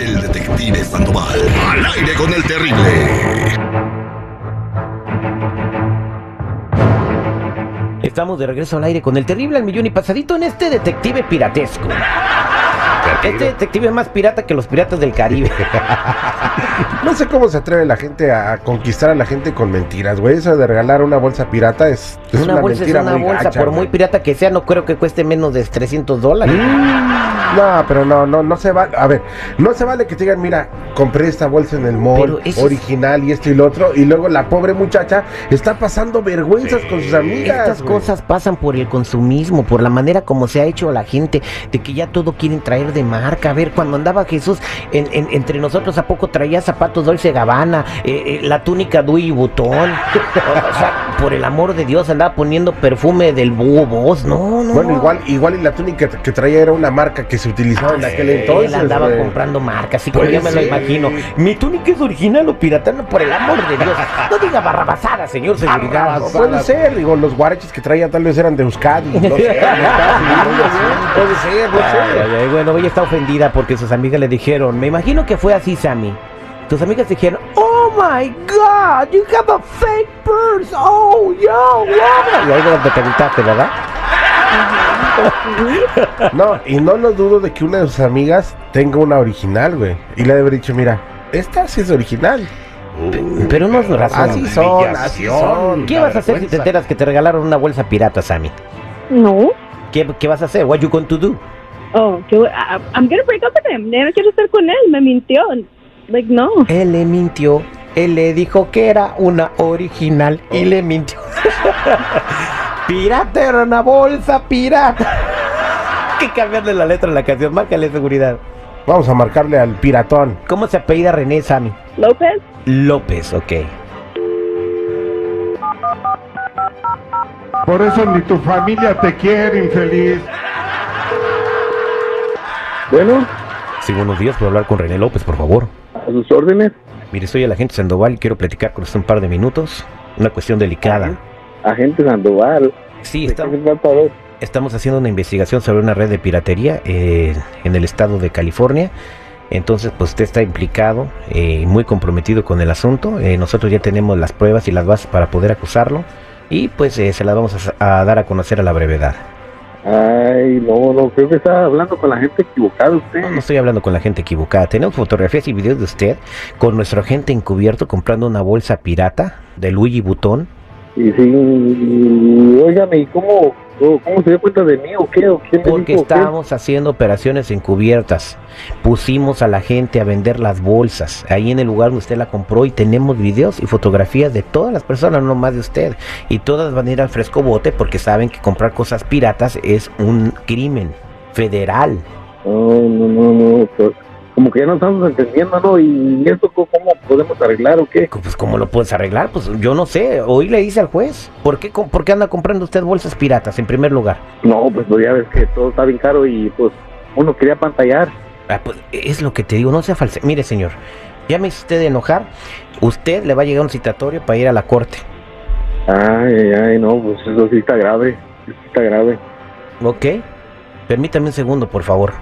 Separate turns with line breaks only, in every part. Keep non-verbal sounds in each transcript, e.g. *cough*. El detective Sandoval. Al aire con el terrible.
Estamos de regreso al aire con el terrible al millón y pasadito en este detective piratesco. Este detective es más pirata que los piratas del Caribe.
No sé cómo se atreve la gente a conquistar a la gente con mentiras, güey. Eso de regalar una bolsa pirata es, *laughs* es
una, bolsa es
mentira
una
muy
bolsa,
gacha,
por
güey.
muy pirata que sea, no creo que cueste menos de 300 dólares.
Mm. No, pero no, no, no se vale. A ver, no se vale que te digan, mira, compré esta bolsa en el
Pero
mall,
eso es-
original y esto y lo otro. Y luego la pobre muchacha está pasando vergüenzas con sus amigas.
Estas
güey.
cosas pasan por el consumismo, por la manera como se ha hecho a la gente, de que ya todo quieren traer de marca. A ver, cuando andaba Jesús en- en- entre nosotros, ¿a poco traía zapatos Dolce Gabbana, eh, eh, la túnica Dui Butón? *laughs* o sea, por el amor de Dios, andaba poniendo perfume del búho Boss. No, no.
Bueno,
no.
igual, igual y la túnica que traía era una marca que se utilizaba en aquel entonces.
Él andaba
güey.
comprando marcas, así como
Pues
yo me lo
sí.
imagino. Mi túnica es original o piratana, por el amor de Dios. No diga barrabasada, señor seguridad.
No puede ser, digo, los guaraches que traía tal vez eran de Euskadi. No sé, no sé, puede ser, no
Ay,
sé.
ay, ay, bueno, ella está ofendida porque sus amigas le dijeron, me imagino que fue así, Sammy. Tus amigas dijeron, oh my god, you have a fake purse, oh yo, wow. Y ahí fue donde te gritaste, ¿verdad?
No, y no lo dudo de que una de sus amigas tenga una original, güey. Y le haber dicho, mira, esta sí es original.
Pero no es razón.
Así son, así son.
¿Qué vas a hacer si te enteras que te regalaron una bolsa pirata, Sammy?
No.
¿Qué, qué vas a hacer? What you going to do?
Oh, que, I- I'm gonna break up with him. Ya no quiero estar con él. Me mintió. Like, no.
Él le mintió. Él le dijo que era una original y le mintió. *laughs* pirata era una bolsa pirata. Hay que cambiarle la letra a la canción. Márcale seguridad.
Vamos a marcarle al piratón.
¿Cómo se apellida René Sammy?
López.
López, ok.
Por eso ni tu familia te quiere, infeliz.
Bueno,
Sí, buenos días. ¿Puedo hablar con René López, por favor?
a sus órdenes.
Mire, soy el agente Sandoval y quiero platicar con usted un par de minutos. Una cuestión delicada.
Agente Sandoval.
Sí,
¿De qué
está,
se trata, a ver?
Estamos haciendo una investigación sobre una red de piratería eh, en el estado de California. Entonces, pues usted está implicado eh, muy comprometido con el asunto. Eh, nosotros ya tenemos las pruebas y las bases para poder acusarlo. Y pues eh, se las vamos a sa- a, dar a conocer a la brevedad.
Ay, no, no, creo que está hablando con la gente equivocada usted.
No, no estoy hablando con la gente equivocada. Tenemos fotografías y videos de usted con nuestro agente encubierto comprando una bolsa pirata de Luigi Butón.
Y sí, óigame, ¿y cómo, cómo, cómo se dio cuenta de mí o qué? ¿O quién me
Porque
dijo, o qué?
estábamos haciendo operaciones encubiertas. Pusimos a la gente a vender las bolsas ahí en el lugar donde usted la compró y tenemos videos y fotografías de todas las personas, no más de usted. Y todas van a ir al fresco bote porque saben que comprar cosas piratas es un crimen federal.
No, no, no, no, pues, como que ya no estamos entendiendo, ¿no? ¿Y esto co- cómo podemos arreglar o qué?
Co- Pues ¿cómo lo puedes arreglar? Pues yo no sé. Hoy le dice al juez, ¿por qué, com- por qué anda comprando usted bolsas piratas en primer lugar?
No, pues, pues, ya ves que todo está bien caro y pues uno quería pantallar.
Ah, pues, es lo que te digo, no sea falsa. Mire, señor, ya me hizo usted enojar. Usted le va a llegar un citatorio para ir a la corte.
Ay, ay, no, pues eso sí está grave, eso sí está grave.
Ok. Permítame un segundo, por favor.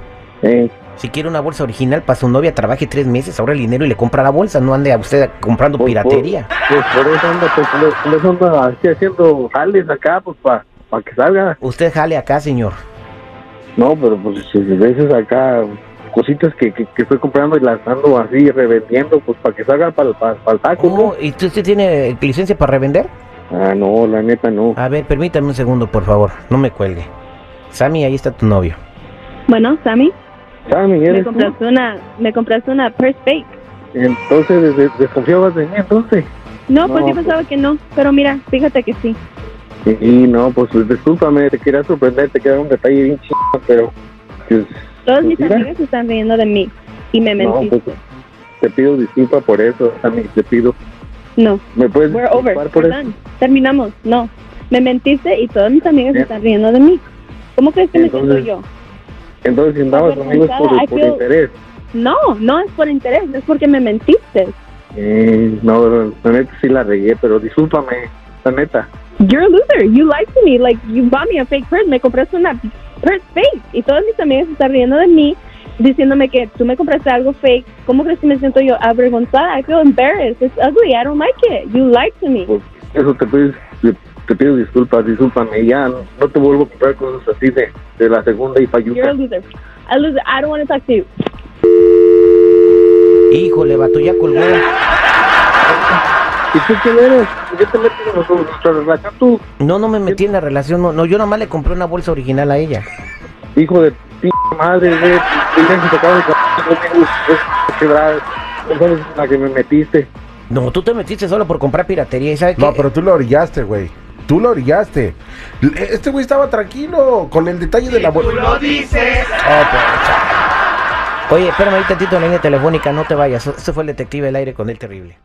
Eh,
Si quiere una bolsa original para su novia, trabaje tres meses, ahorra el dinero y le compra la bolsa. No ande a usted comprando
Voy,
piratería.
Pues por eso anda, pues, por- por eso anda así haciendo jales acá, pues para que salga.
Usted jale acá, señor.
No, pero pues a veces acá cositas que, que, que estoy comprando y las ando así revendiendo, pues para que salga para el taco,
Oh, ¿Y usted usted tiene licencia para revender?
¿no? Ah, no, la neta no.
A ver, permítame un segundo, por favor. No me cuelgue. Sammy, ahí está tu novio.
Bueno, Sammy,
¿Sabes, Ah, Miguel?
me compraste una, me compraste una purse fake.
Entonces des- des- desconfiabas de mí, entonces.
No, pues
No,
yo
pues-
pensaba que no. Pero mira, fíjate que sí.
Y, y no, pues discúlpame, te quería sorprender, te quería dar un detalle bien chido, pero pues,
Todos mis
Mira.
amigos se están riendo de mí. Y me
no,
mentí.
pues te pido disculpa por eso, también te pido. pues,
No.
¿Me puedes
We're
disculpar
over.
pues, por
We're
eso?
done. Terminamos. No. Me mentiste y todos mis amigos se
Yeah.
están riendo de mí. ¿Cómo crees que me
Entonces-
siento yo?
Entonces, si andabas conmigo es
I
por, por
feel-
interés.
No, no es por interés, es porque me mentiste.
Eh, no, la neta sí la regué, pero discúlpame, la neta.
You're a loser. You lied to me. Like, you bought me a fake purse. Me compraste una purse fake. Y todos mis amigos se están riendo de mí. diciéndome que tú me compraste algo fake, ¿cómo crees que me siento yo avergonzada? I feel embarrassed. It's ugly. I don't like it. You lied to me.
Pues, eso te pides, te, te pido disculpas, discúlpame, ya no, no te vuelvo a comprar cosas así de, de la segunda y
You're a
payuta.
loser. A loser. I don't want to talk to you.
Híjole, vato, ya colgó.
¿Y tú quién eres? ¿Por qué te metes en nuestro- nuestra relación tú,
No, no me metí en la relación, no, no, yo nomás le compré una bolsa original a ella.
hijo de p madre? De, de, de, que se acaba de cambiar conmigo, es quebrada. No sabes en la que me metiste.
No, tú te metiste solo por comprar piratería y sabes
No,
qué?
pero tú lo orillaste, güey. Tú lo orillaste. L- Este güey estaba tranquilo con el detalle de la bolsa.
Oye, espérame ahí tantito en la línea telefónica, no te vayas. Este fue el detective del aire con el terrible.